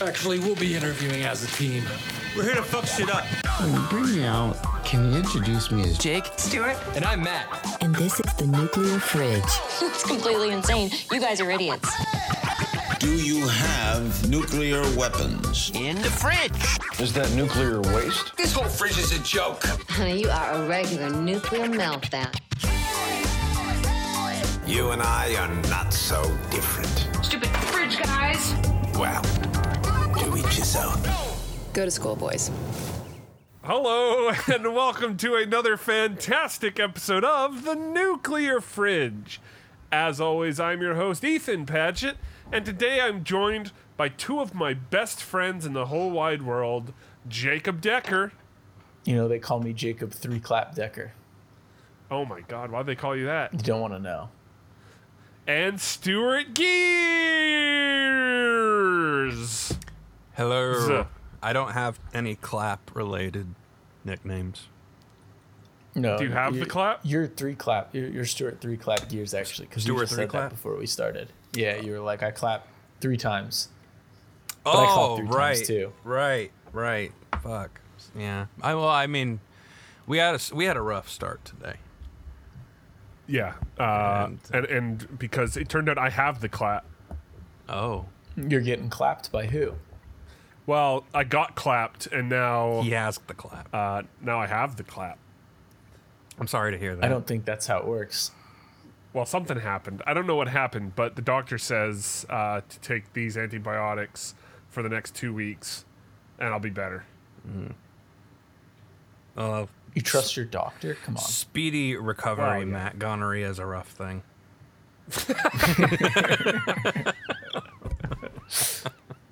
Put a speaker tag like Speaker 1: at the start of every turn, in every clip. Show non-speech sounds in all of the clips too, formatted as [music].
Speaker 1: Actually, we'll be interviewing as a team.
Speaker 2: We're here to fuck shit up.
Speaker 3: When you bring me out, can you introduce me as
Speaker 4: Jake, Stewart,
Speaker 2: And I'm Matt.
Speaker 5: And this is the Nuclear Fridge.
Speaker 6: It's completely insane. You guys are idiots.
Speaker 7: Do you have nuclear weapons?
Speaker 4: in the fridge.
Speaker 8: Is that nuclear waste?
Speaker 9: This whole fridge is a joke.
Speaker 5: Honey, you are a regular nuclear meltdown.
Speaker 9: You and I are not so different.
Speaker 10: Stupid fridge guys.
Speaker 9: Well, do each his own.
Speaker 10: Go to school, boys.
Speaker 11: Hello, [laughs] and welcome to another fantastic episode of The Nuclear Fridge. As always, I'm your host, Ethan Paget, and today I'm joined by two of my best friends in the whole wide world Jacob Decker.
Speaker 12: You know, they call me Jacob Three Clap Decker.
Speaker 11: Oh my god, why'd they call you that?
Speaker 12: You don't want to know.
Speaker 11: And Stuart Gears.
Speaker 2: Hello.
Speaker 11: So-
Speaker 2: I don't have any clap related nicknames.
Speaker 12: No.
Speaker 11: Do you have the
Speaker 12: you're-
Speaker 11: clap?
Speaker 12: You're Three Clap. You're, you're Stuart Three Clap Gears, actually, because you
Speaker 2: Stuart
Speaker 12: just
Speaker 2: Three
Speaker 12: said
Speaker 2: Clap?
Speaker 12: that before we started. Yeah, you were like, I clap three times. I clapped
Speaker 2: Oh,
Speaker 12: three times,
Speaker 2: right.
Speaker 12: too.
Speaker 2: Right, right. Fuck. Yeah. I well, I mean, we had a s- we had a rough start today.
Speaker 11: Yeah. Uh,
Speaker 2: And-
Speaker 11: and, and because it turned out I have the clap.
Speaker 2: Oh.
Speaker 12: You're getting clapped by who?
Speaker 11: Well, I got clapped, and now
Speaker 2: He has the clap.
Speaker 11: uh, now I have the clap.
Speaker 2: I'm sorry to hear that.
Speaker 12: I don't think that's how it works.
Speaker 11: Well, something happened. I don't know what happened, but the doctor says uh, to take these antibiotics for the next two weeks, and I'll be better.
Speaker 2: Uh,
Speaker 12: You trust your doctor? Come on.
Speaker 2: speedy recovery,
Speaker 11: Well, yeah.
Speaker 2: Matt. Gonorrhea is a rough thing.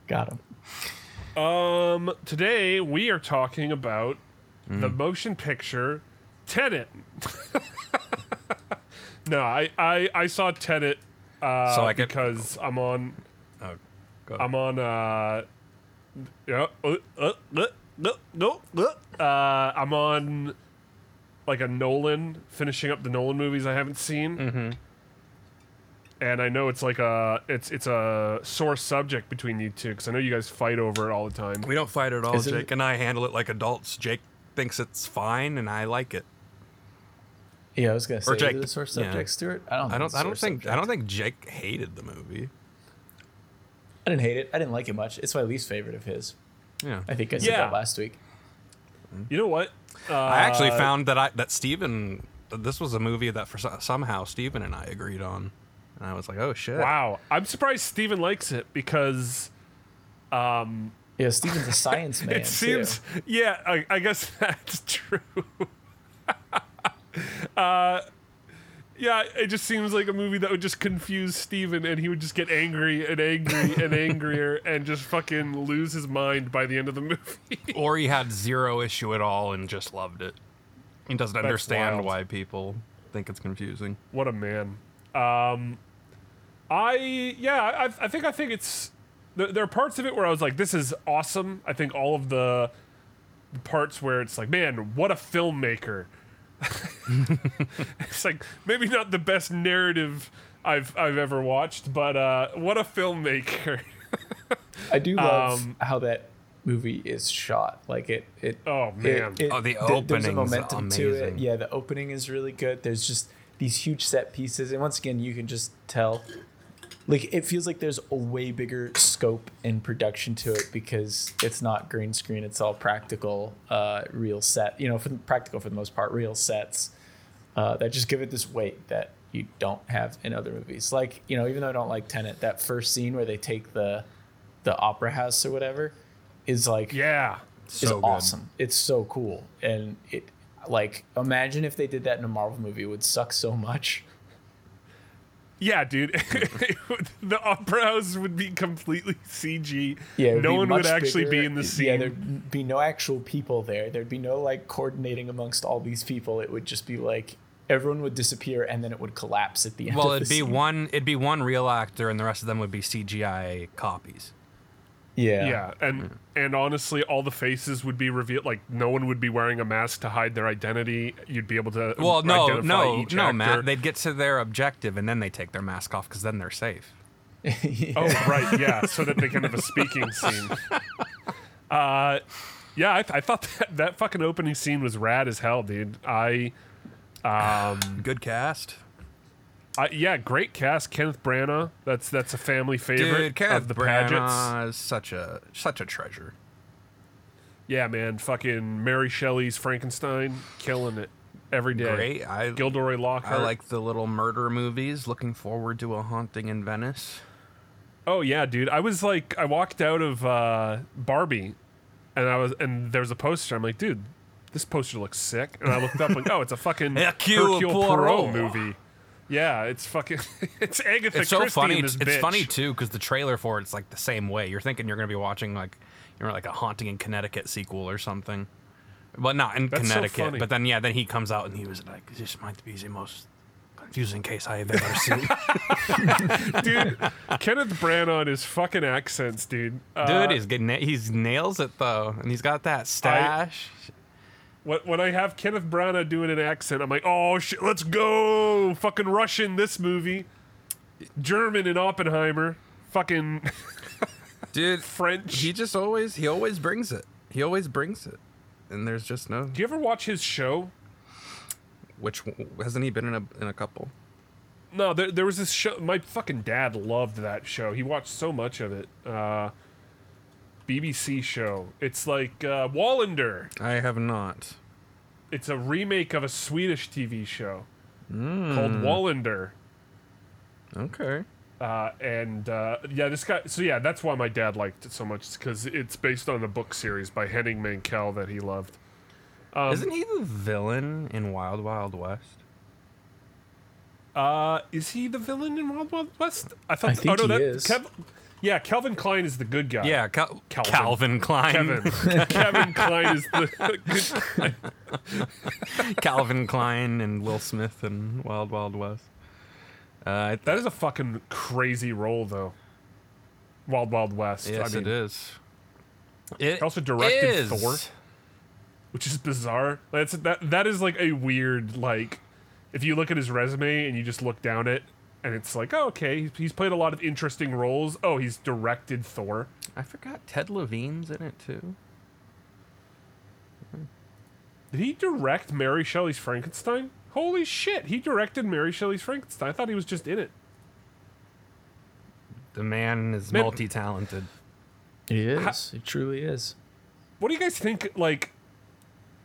Speaker 12: Got him.
Speaker 11: Um, today we are talking about the motion picture Tenet. [laughs] no, I, I I saw Tenet uh,
Speaker 2: So I get-
Speaker 11: because I'm on
Speaker 2: Oh, go.
Speaker 11: I'm on uh, yeah, uh, uh, uh, uh, no, uh, uh, I'm on like a Nolan, finishing up the Nolan movies I haven't seen.
Speaker 2: Mm-hmm.
Speaker 11: And I know it's like a it's it's a sore subject between you two because I know you guys fight over it all the time.
Speaker 2: we don't fight at all.
Speaker 12: Is it-
Speaker 2: Jake and I handle it like adults. Jake thinks it's fine, and I like it.
Speaker 12: Yeah, I was gonna say. is
Speaker 2: Jake.
Speaker 12: it a sore
Speaker 2: Yeah.
Speaker 12: subject, Stuart? I don't.
Speaker 2: I don't.
Speaker 12: it's a
Speaker 2: I don't
Speaker 12: sore
Speaker 2: think. I
Speaker 12: subject.
Speaker 2: don't think Jake hated the movie.
Speaker 12: I didn't hate it. I didn't like it much. It's my least favorite of his.
Speaker 2: Yeah.
Speaker 12: I think I said
Speaker 11: Yeah.
Speaker 12: that last week.
Speaker 11: You know what? Uh,
Speaker 2: I actually found that I that Steven, that this was a movie that for so- somehow Steven and I agreed on, and I was like, oh shit.
Speaker 11: wow. I'm surprised Steven likes it because
Speaker 12: Yeah, Steven's a science man.
Speaker 11: it seems
Speaker 12: too.
Speaker 11: yeah I, I guess [laughs] that's true uh, yeah it just seems like a movie that would just confuse steven and he would just get angry and angry
Speaker 12: [laughs]
Speaker 11: and angrier and just fucking lose his mind by the end of the movie
Speaker 2: Or he had zero issue at all and just loved it. He doesn't understand
Speaker 11: wild.
Speaker 2: why people think it's confusing.
Speaker 11: what a man um i yeah i, I think i think it's there, there are parts of it where i was like this is awesome i think all of the parts where it's like man what a filmmaker [laughs] it's like maybe not the best narrative i've i've ever watched but uh what a filmmaker [laughs]
Speaker 12: I do love
Speaker 11: Um,
Speaker 12: how that movie is shot. Like it, it.
Speaker 11: Oh, man.
Speaker 2: Oh, the
Speaker 12: th- there's a
Speaker 2: opening's
Speaker 12: momentum to it.
Speaker 2: amazing.
Speaker 12: Yeah, the opening is really good. There's just these huge set pieces, and once again, you can just tell. Like it feels like there's a way bigger scope and production to it because it's not green screen; it's all practical, uh, real set. You know, for the, practical for the most part, real sets uh, that just give it this weight that you don't have in other movies. Like you know, even though I don't like Tenet, that first scene where they take the the opera house or whatever is like
Speaker 11: yeah
Speaker 12: is
Speaker 2: So good.
Speaker 12: awesome. It's so cool, and it like imagine if they did that in a Marvel movie, it would suck so much.
Speaker 11: yeah dude [laughs] the opera house would be completely cg
Speaker 12: Yeah, it
Speaker 11: no
Speaker 12: be
Speaker 11: one would
Speaker 12: much
Speaker 11: actually be
Speaker 12: bigger.
Speaker 11: in the
Speaker 12: Yeah,
Speaker 11: scene
Speaker 12: there'd be no actual people there. There'd be no like coordinating amongst all these people. It would just be like everyone would disappear, and then it would collapse at the end.
Speaker 2: Well,
Speaker 12: of the
Speaker 2: it'd be
Speaker 12: scene.
Speaker 2: one. It'd be one real actor, and the rest of them would be CGI copies.
Speaker 12: Yeah,
Speaker 11: Yeah, and and honestly, all the faces would be revealed. Like no one would be wearing a mask to hide their identity. You'd be able to
Speaker 2: Well, no,
Speaker 11: identify
Speaker 2: no,
Speaker 11: each
Speaker 2: no,
Speaker 11: actor.
Speaker 2: Matt. They'd get to their objective, and then they take their mask off because then they're safe.
Speaker 12: [laughs]
Speaker 11: Oh [laughs] right, yeah. So that they kind of a
Speaker 2: [laughs]
Speaker 11: speaking scene. Uh, yeah, I, I thought [laughs] that, that fucking opening scene was rad as hell, dude. I, um,
Speaker 2: good cast.
Speaker 11: I, yeah, great cast. Kenneth Branagh. That's that's a family favorite
Speaker 2: Dude, Kenneth
Speaker 11: of the pageants.
Speaker 2: Branagh is such a such a treasure.
Speaker 11: Yeah, man. Fucking Mary Shelley's Frankenstein, killing it every day.
Speaker 2: Great. I
Speaker 11: Gilderoy Lockhart.
Speaker 2: I like the little murder movies. Looking forward to a haunting in Venice.
Speaker 11: Oh yeah, dude. I was like, I walked out of uh, Barbie, and I was, and there's a poster. I'm like, dude, this poster looks sick. And I looked up, like, oh, it's a fucking
Speaker 2: [laughs] Hercule
Speaker 11: Hercule Poirot
Speaker 2: Poirot.
Speaker 11: movie. Yeah, it's fucking, [laughs] it's Agatha
Speaker 2: It's so
Speaker 11: Christie.
Speaker 2: funny.
Speaker 11: In this
Speaker 2: It's, it's
Speaker 11: bitch.
Speaker 2: funny too because the trailer for it's like the same way. You're thinking you're gonna be watching like you know like a haunting in Connecticut sequel or something, but not in
Speaker 11: That's so
Speaker 2: Connecticut.
Speaker 11: funny.
Speaker 2: but then yeah, then he comes out and he was like, "This might be the most confusing case I have ever seen."
Speaker 11: [laughs] [laughs]
Speaker 2: Dude,
Speaker 11: dude.
Speaker 2: [laughs]
Speaker 11: Kenneth Branagh and his fucking accents, dude. Uh,
Speaker 2: he's getting it. He's nails it though, and he's got that stash.
Speaker 11: When, when I have Kenneth Branagh doing an accent, I'm like, oh shit, let's go, fucking Russian this movie, German in Oppenheimer, fucking. [laughs]
Speaker 2: Dude,
Speaker 11: French.
Speaker 2: He just always he always brings it. He always brings it, and there's just no
Speaker 11: Do you ever watch his show?
Speaker 2: which one- hasn't he been in a in a couple.
Speaker 11: No, there, there was this show. My fucking dad loved that show. He watched so much of it. Uh, BBC show. It's like uh, Wallander.
Speaker 2: I have not.
Speaker 11: It's a remake of a Swedish TV show called
Speaker 12: Hmm.
Speaker 11: Wallander.
Speaker 2: Okay.
Speaker 11: Uh, and uh, yeah, this guy. So yeah, that's why my dad liked it so much because it's based on a book series by Henning Mankell that he loved.
Speaker 2: Isn't he the villain in Wild Wild West?
Speaker 11: Uh, is he the villain in Wild Wild West? I thought.
Speaker 12: I think
Speaker 11: oh no, that
Speaker 12: he is.
Speaker 11: Kev- yeah, Calvin Klein is the good guy.
Speaker 2: Yeah, Cal-
Speaker 11: Calvin.
Speaker 2: Uh, Calvin. Klein.
Speaker 11: Kevin. [laughs] Kevin Klein is the.
Speaker 2: [laughs]
Speaker 11: [laughs]
Speaker 2: Calvin Klein and Will Smith and Wild Wild West. Uh, I th-
Speaker 11: that is a fucking crazy role, though. Wild Wild West.
Speaker 2: yes,
Speaker 11: I mean,
Speaker 2: it is. It
Speaker 11: also directed
Speaker 2: is.
Speaker 11: Thor. Which is bizarre. That's that. That is like a weird like. If you look at his resume and you just look down it, and it's like, oh, okay, he's- he's played a lot of interesting roles. Oh, he's directed Thor.
Speaker 2: I forgot Ted Levine's in it too.
Speaker 11: Did he direct Mary Shelley's Frankenstein? Holy shit, he directed Mary Shelley's Frankenstein. I thought he was just in it.
Speaker 2: The man is
Speaker 11: Man-
Speaker 2: multi-talented.
Speaker 12: It is. It truly is.
Speaker 11: what do you guys think like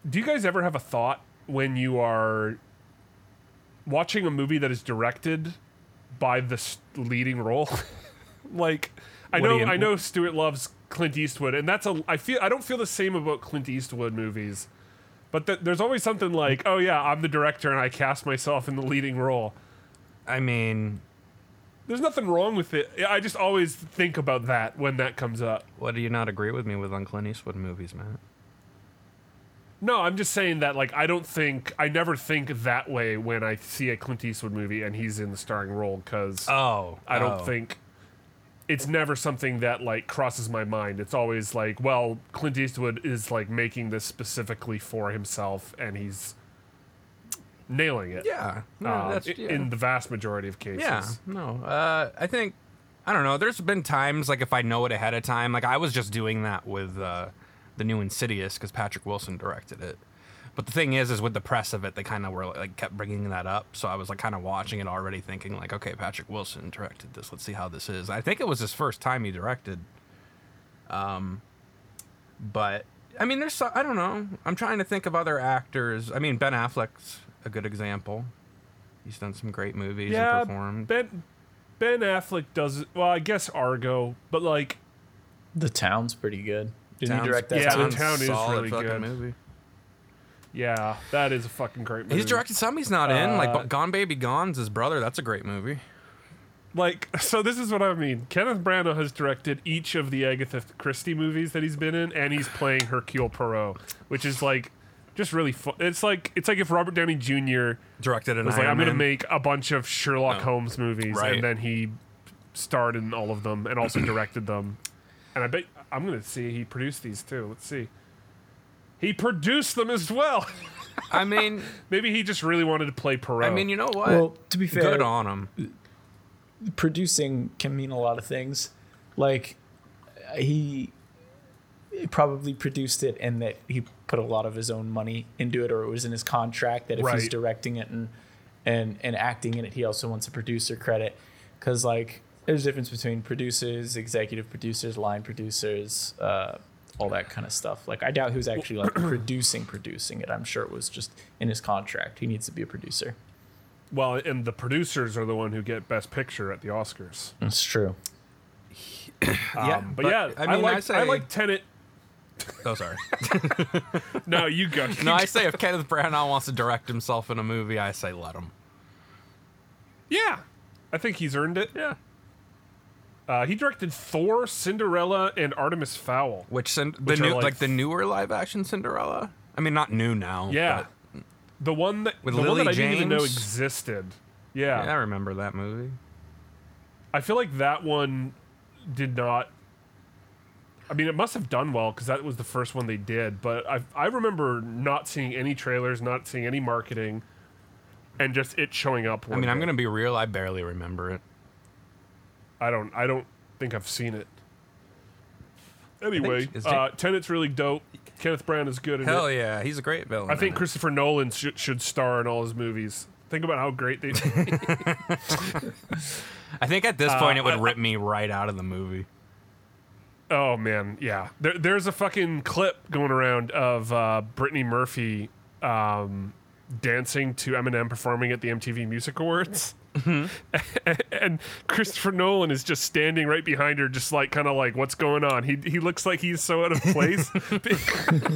Speaker 11: do you guys ever have a thought when you are watching a movie that is directed by the s- leading role [laughs] like i
Speaker 2: What do
Speaker 11: know
Speaker 2: you-
Speaker 11: i know stuart loves clint eastwood and that's a i feel i don't feel the same about clint eastwood movies but th- there's always something like oh yeah i'm the director and i cast myself in the leading role
Speaker 2: I mean,
Speaker 11: there's nothing wrong with it i just always think about that when that comes up
Speaker 2: what do you not agree with me with on Clint Eastwood movies, Matt?
Speaker 11: No, I'm just saying that like I don't think I never think that way when I see a Clint Eastwood movie and he's in the starring role because
Speaker 2: Oh,
Speaker 11: I don't think it's never something that like crosses my mind. It's always like, well, Clint Eastwood is like making this specifically for himself and he's nailing it.
Speaker 2: Yeah, no,
Speaker 11: Um,
Speaker 2: that's
Speaker 11: i-
Speaker 2: yeah.
Speaker 11: in the vast majority of cases.
Speaker 2: Yeah, no. Uh, I think I don't know. There's been times like if I know it ahead of time, like I was just doing that with uh, the new Insidious because Patrick Wilson directed it. But the thing is, is with the press of it, they kind of were like kept bringing that up. So I was like kind of watching it already, thinking like, okay, Patrick Wilson directed this. Let's see how this is. I think it was his first time he directed. Um, but I mean, there's so- I don't know. I'm trying to think of other actors. I mean, Ben Affleck's a good example. He's done some great movies
Speaker 11: yeah.
Speaker 2: and performed.
Speaker 11: Ben Ben Affleck does well. I guess Argo, but like
Speaker 12: The town's pretty good. Didn't
Speaker 2: Town's-
Speaker 12: you direct that?
Speaker 11: yeah,
Speaker 12: too?
Speaker 11: The Town is
Speaker 2: solid
Speaker 11: really
Speaker 2: fucking
Speaker 11: good.
Speaker 2: Movie.
Speaker 11: yeah, that is a fucking great movie.
Speaker 2: He's directed some he's not in, like
Speaker 11: Uh,
Speaker 2: Bu- Gone Baby Gone's his brother. That's a great movie.
Speaker 11: Like, [laughs] so this is what I mean. Kenneth Branagh has directed each of the Agatha Christie movies that he's been in, and he's playing Hercule Poirot, which is like just really fun. It's like it's like if Robert Downey Jr.
Speaker 2: Directed an
Speaker 11: was like,
Speaker 2: Iron
Speaker 11: I'm gonna
Speaker 2: Man.
Speaker 11: make a bunch of Sherlock
Speaker 2: No.
Speaker 11: Holmes movies,
Speaker 2: Right.
Speaker 11: and then he starred in all of them and also directed them. And I bet I'm gonna see he produced these too. Let's see. He produced them as well. [laughs]
Speaker 2: I mean,
Speaker 11: Maybe he just really wanted to play Poirot.
Speaker 2: I mean, you know what?
Speaker 12: Well, to be fair,
Speaker 2: good on him.
Speaker 12: producing can mean a lot of things. Like he probably produced it and that he put a lot of his own money into it, or it was in his contract that if he's
Speaker 11: Right.
Speaker 12: directing it and and and acting in it, he also wants a producer credit. Because like there's a difference between producers, executive producers, line producers, uh, all that kind of stuff. Like I doubt he was actually like producing producing it. I'm sure it was just in his contract. He needs to be a producer.
Speaker 11: Well, and the producers are the one who get Best Picture at the Oscars.
Speaker 12: That's true.
Speaker 2: Yeah,
Speaker 11: Um, but,
Speaker 2: but,
Speaker 11: yeah,
Speaker 2: I
Speaker 11: I,
Speaker 2: mean, I
Speaker 11: like
Speaker 2: say-
Speaker 11: I like Tenet. [laughs]
Speaker 2: Oh, sorry.
Speaker 11: No, you
Speaker 2: [laughs]
Speaker 11: go.
Speaker 2: No, I say if Kenneth Branagh wants to direct himself in a movie, I say let him.
Speaker 11: yeah, I think he's earned it. Yeah. Uh, he directed Thor, Cinderella, and Artemis Fowl.
Speaker 2: Which, cin-
Speaker 11: Which
Speaker 2: the
Speaker 11: are
Speaker 2: new,
Speaker 11: like-
Speaker 2: like, the newer live action Cinderella. I mean, not new now.
Speaker 11: Yeah, the one that
Speaker 2: With
Speaker 11: the one
Speaker 2: Lily
Speaker 11: that I didn't even know
Speaker 2: James?
Speaker 11: existed.
Speaker 2: but-
Speaker 11: Yeah.
Speaker 2: yeah, I remember that movie.
Speaker 11: I feel like that one did not. I mean, it must have done well because that was the first one they did. But I I remember not seeing any trailers, not seeing any marketing, and just it showing up.
Speaker 2: I
Speaker 11: One
Speaker 2: mean, I'm
Speaker 11: day.
Speaker 2: gonna be real. I barely remember it.
Speaker 11: I don't. I don't think I've seen it. Anyway,
Speaker 2: is
Speaker 11: uh, Tenet's really dope. Kenneth Brown is good. In
Speaker 2: Hell
Speaker 11: it.
Speaker 2: yeah, he's a great villain.
Speaker 11: I think
Speaker 2: in it.
Speaker 11: Christopher Nolan should, should star in all his movies. Think about how great
Speaker 2: [laughs]
Speaker 11: they.
Speaker 2: I think at this point
Speaker 11: Uh,
Speaker 2: it would rip me right out of the movie.
Speaker 11: oh man, yeah. There, there's a fucking clip going around of uh, Brittany Murphy um, dancing to Eminem performing at the MTV Music Awards. [laughs] and Christopher Nolan is just standing right behind her, just like kind of like, what's going on? He he looks like he's so out of place. [laughs]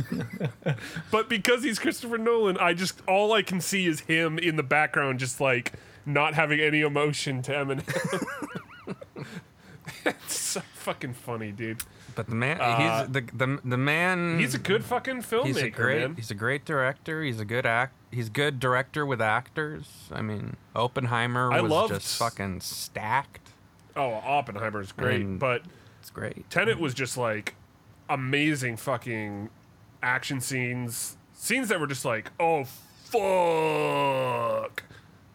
Speaker 11: but because he's Christopher Nolan, I just all I can see is him in the background, just like not having any emotion to Eminem. [laughs] it's so fucking funny, dude.
Speaker 2: But the man, he's the, the the man.
Speaker 11: Uh, He's a good fucking filmmaker,
Speaker 2: he's a great
Speaker 11: man.
Speaker 2: he's a great director. He's a good act. He's good director with actors. I mean, Oppenheimer
Speaker 11: I
Speaker 2: was
Speaker 11: loved-
Speaker 2: just fucking stacked.
Speaker 11: Oh, Oppenheimer's great,
Speaker 2: And-
Speaker 11: but
Speaker 2: It's great.
Speaker 11: Tenet was just like amazing fucking action scenes, scenes that were just like, oh fuck,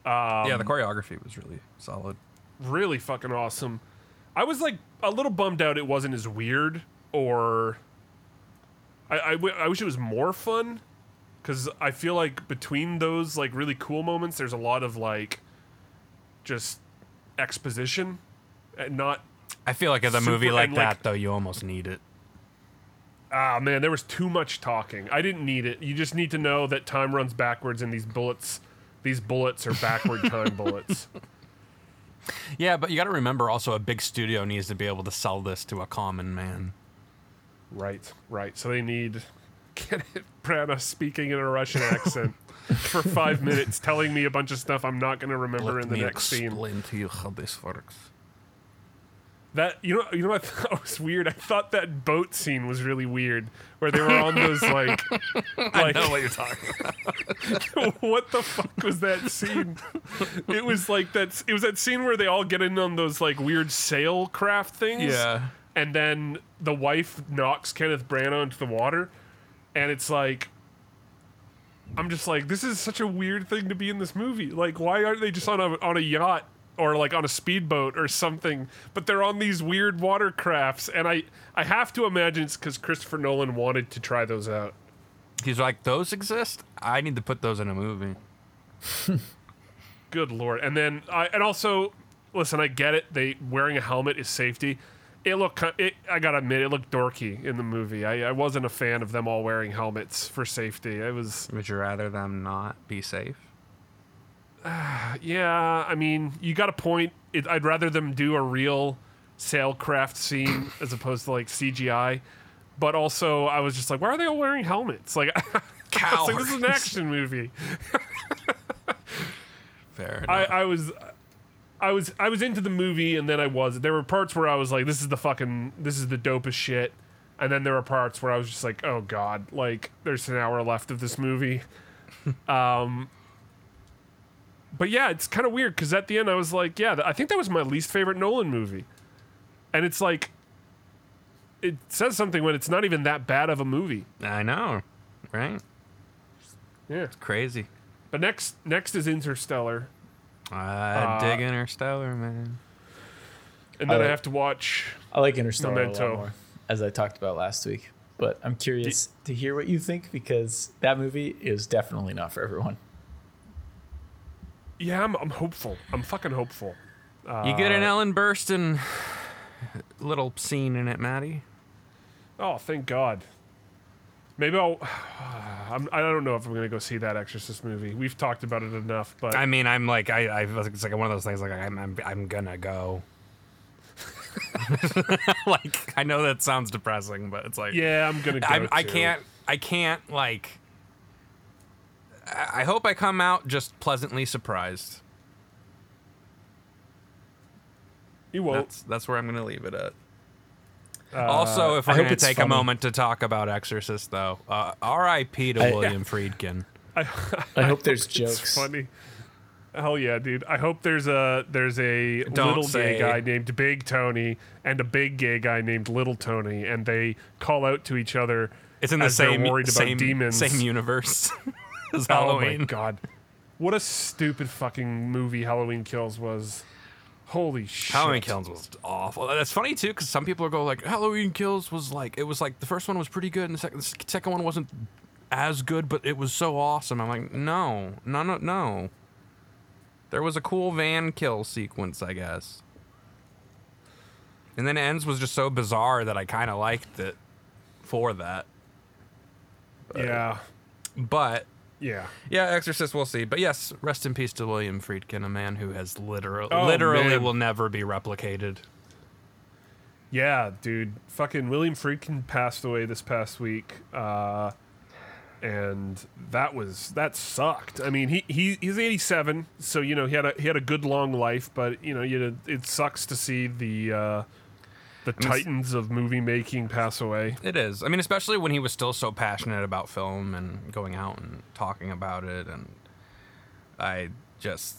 Speaker 2: yeah, the choreography was really solid.
Speaker 11: really fucking awesome. I was like a little bummed out it wasn't as weird, or I I wi- I wish it was more fun, because I feel like between those like really cool moments, there's a lot of like just exposition, and not
Speaker 2: I feel like in a
Speaker 11: Super-
Speaker 2: movie like
Speaker 11: and,
Speaker 2: that
Speaker 11: like-
Speaker 2: though, you almost need it.
Speaker 11: Ah, man, there was too much talking. I didn't need it. You just need to know that time runs backwards and these bullets, these bullets are backward time bullets.
Speaker 2: Yeah, but you got to remember also a big studio needs to be able to sell this to a common man.
Speaker 11: Right, right. So they need Kenneth Branagh speaking in a Russian accent for five minutes, telling me a bunch of stuff I'm not going to remember in the next scene.
Speaker 2: to you how this works.
Speaker 11: That you know, you know what [laughs] I thought was weird. I thought that boat scene was really weird, where they were on those like,
Speaker 2: [laughs]
Speaker 11: like
Speaker 2: know what you're talking.
Speaker 11: [laughs]
Speaker 2: about.
Speaker 11: what the fuck was that scene? It was like that. It was that scene where they all get in on those like weird sail craft things.
Speaker 2: Yeah.
Speaker 11: And then the wife knocks Kenneth Branagh into the water, and it's like, I'm just like, this is such a weird thing to be in this movie. Like, why aren't they just on a on a yacht or like on a speedboat or something? But they're on these weird water crafts, and I I have to imagine it's because Christopher Nolan wanted to try those out.
Speaker 2: He's like, those exist. I need to put those in a movie.
Speaker 11: good lord and then i and also listen i get it they wearing a helmet is safety it looked ki- it, i gotta admit it looked dorky in the movie I, I wasn't a fan of them all wearing helmets for safety it was
Speaker 2: Would you rather them not
Speaker 11: [laughs]
Speaker 2: be safe?
Speaker 11: yeah i mean you got a point it, i'd rather them do a real sailcraft scene as opposed to like cgi but also i was just like why are they all wearing helmets like [laughs] I was like, this is an
Speaker 2: Cowards.
Speaker 11: action movie
Speaker 2: Fair.
Speaker 11: I,
Speaker 2: enough.
Speaker 11: I was I was I was into the movie and then I was there were parts where I was like this is the fucking this is the dopest shit and then there were parts where I was just like oh god like there's an hour left of this movie um but yeah it's kind of weird cuz at the end I was like yeah th- I think that was my least favorite Nolan movie and it's like it says something when it's not even that bad of a movie
Speaker 2: I know, right?
Speaker 11: yeah
Speaker 2: Crazy.
Speaker 11: but next next is Interstellar Uh,
Speaker 2: I dig Interstellar, man.
Speaker 11: And then I
Speaker 12: like-
Speaker 11: have to watch.
Speaker 12: I like Interstellar a
Speaker 11: Memento.
Speaker 12: lot more, as I talked about last week. But I'm curious to hear what you think because that movie is definitely not for everyone.
Speaker 11: Yeah, I'm, I'm hopeful. I'm fucking hopeful. Uh,
Speaker 2: You get an Ellen Burstyn little scene in it, Maddie.
Speaker 11: Oh, thank God. Maybe I'll. [sighs] I'm, I don't know if I'm gonna go see that Exorcist movie. We've talked about it enough, but
Speaker 2: I mean, I'm like, I, I it's like one of those things. Like, I'm, I'm, I'm gonna go. [laughs] like, I know that sounds depressing, but it's like,
Speaker 11: yeah, I'm gonna. Go
Speaker 2: I, I
Speaker 11: too.
Speaker 2: can't, I can't like. I I hope I come out just pleasantly surprised.
Speaker 11: You won't.
Speaker 2: That's that's where I'm gonna leave it at. also, if
Speaker 12: I
Speaker 2: we're
Speaker 12: hope
Speaker 2: gonna
Speaker 12: it's
Speaker 2: take
Speaker 12: funny.
Speaker 2: a moment to talk about Exorcist, though, uh, R.I.P. to
Speaker 12: I-
Speaker 2: William Friedkin.
Speaker 12: I [laughs] hope there's
Speaker 11: It's
Speaker 12: jokes.
Speaker 11: funny. Hell yeah, dude! I hope there's a there's a
Speaker 2: Don't
Speaker 11: little
Speaker 2: say.
Speaker 11: gay guy named Big Tony and a big gay guy named Little Tony, and they call out to each other.
Speaker 2: It's in the
Speaker 11: as they're
Speaker 2: same
Speaker 11: worried about
Speaker 2: same
Speaker 11: demons.
Speaker 2: same universe [laughs] as
Speaker 11: Oh my
Speaker 2: Halloween.
Speaker 11: god, what a stupid fucking movie Halloween Kills was. Holy shit!
Speaker 2: Halloween Kills was awful. That's funny too, because some people go like, Halloween Kills was like, it was like the first one was pretty good, and the second the second one wasn't as good, but it was so awesome. I'm like, no, no, no, no. There was a cool van kill sequence, I guess. And then ends was just so bizarre that I kind of liked it for that.
Speaker 11: Yeah,
Speaker 2: But
Speaker 11: yeah.
Speaker 2: yeah, Exorcist, we'll see. But yes, rest in peace to William Friedkin, a man who has literally,
Speaker 11: Oh,
Speaker 2: literally
Speaker 11: man.
Speaker 2: will never be replicated.
Speaker 11: Yeah, dude. Fucking William Friedkin passed away this past week. Uh, and that was that sucked. I mean, he, he he's 87, so you know, he had a he had a good long life, but you know, you know, it sucks to see the uh, the titans of movie making pass away.
Speaker 2: It is. I mean, especially when he was still so passionate about film and going out and talking about it. And I just,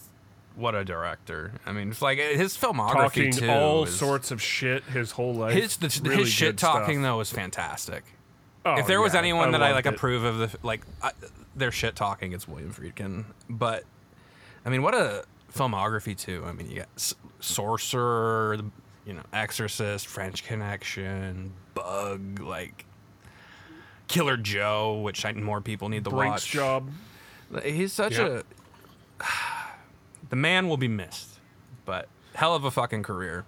Speaker 2: what a director. I mean, it's like his filmography
Speaker 11: Talking
Speaker 2: too.
Speaker 11: all
Speaker 2: is-
Speaker 11: sorts of shit his whole life.
Speaker 2: His the,
Speaker 11: Really
Speaker 2: his shit
Speaker 11: good stuff.
Speaker 2: talking though is fantastic.
Speaker 11: Oh,
Speaker 2: if there was
Speaker 11: yeah,
Speaker 2: anyone that I
Speaker 11: loved
Speaker 2: like
Speaker 11: it.
Speaker 2: approve of the like I, their shit talking, it's William Friedkin. But I mean, what a filmography too. I mean, you got S- Sorcerer, the- you know, Exorcist, French Connection, Bug, like Killer Joe, which I, more people need to
Speaker 11: Brinks
Speaker 2: watch.
Speaker 11: job.
Speaker 2: He's such
Speaker 11: Yep.
Speaker 2: a [sighs] the man will be missed, but hell of a fucking career.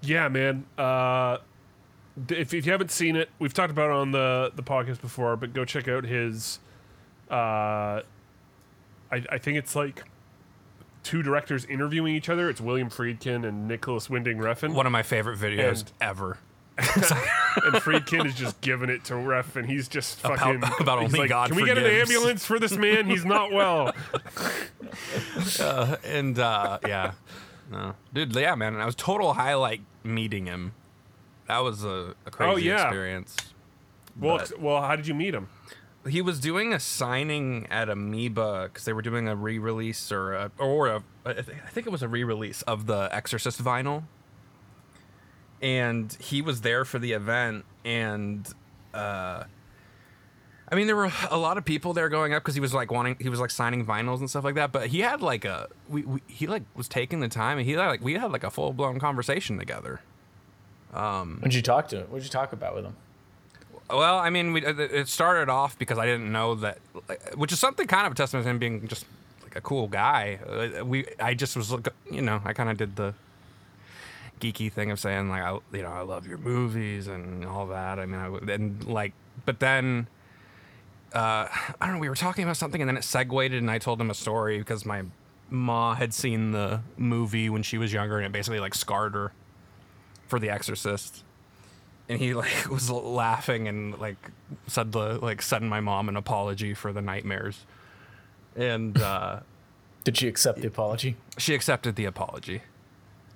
Speaker 11: Yeah, man. Uh, d- if, if you haven't seen it, we've talked about it on the, the podcast before, but go check out his. Uh, I, I think it's like two directors interviewing each other. It's William Friedkin and Nicholas Winding Refn.
Speaker 2: One of my favorite videos
Speaker 11: And-
Speaker 2: ever.
Speaker 11: and Friedkin is just giving it to Ref, and he's just
Speaker 2: About-
Speaker 11: fucking.
Speaker 2: [laughs] about
Speaker 11: he's
Speaker 2: only
Speaker 11: like,
Speaker 2: God
Speaker 11: Can we get an
Speaker 2: forgives."
Speaker 11: ambulance for this man? He's not
Speaker 2: [laughs]
Speaker 11: well.
Speaker 2: and uh, yeah, no, dude, yeah, man, I was total high like meeting him. That was a, a crazy
Speaker 11: yeah.
Speaker 2: experience.
Speaker 11: well,
Speaker 2: But-
Speaker 11: well, how did you meet him?
Speaker 2: He was doing a signing at Amoeba because they were doing a re-release or a, or a, I thi- I think it was a re-release of the Exorcist vinyl. And he was there for the event, and uh, I mean, there were a lot of people there going up because he was like wanting, he was like signing vinyls and stuff like that. But he had like a, we, we he like was taking the time and he like, we had like a full blown conversation together.
Speaker 12: What'd you talk to him? What'd you talk about with him?
Speaker 2: Well, I mean, we, uh, it started off because I didn't know that, like, which is something kind of a testament to him being just like a cool guy. Uh, We, I just was like, you know, I kind of did the geeky thing of saying like, I, you know, I love your movies and all that. I mean, I would- and like, but then. Uh, I don't know. We were talking about something, and then it segued, and I told him a story because my ma had seen the movie when she was younger, and it basically like scarred her for The Exorcist and he like [laughs] was laughing and like said the like send my mom an apology for the nightmares and uh,
Speaker 12: Did she accept the apology?
Speaker 2: she accepted the apology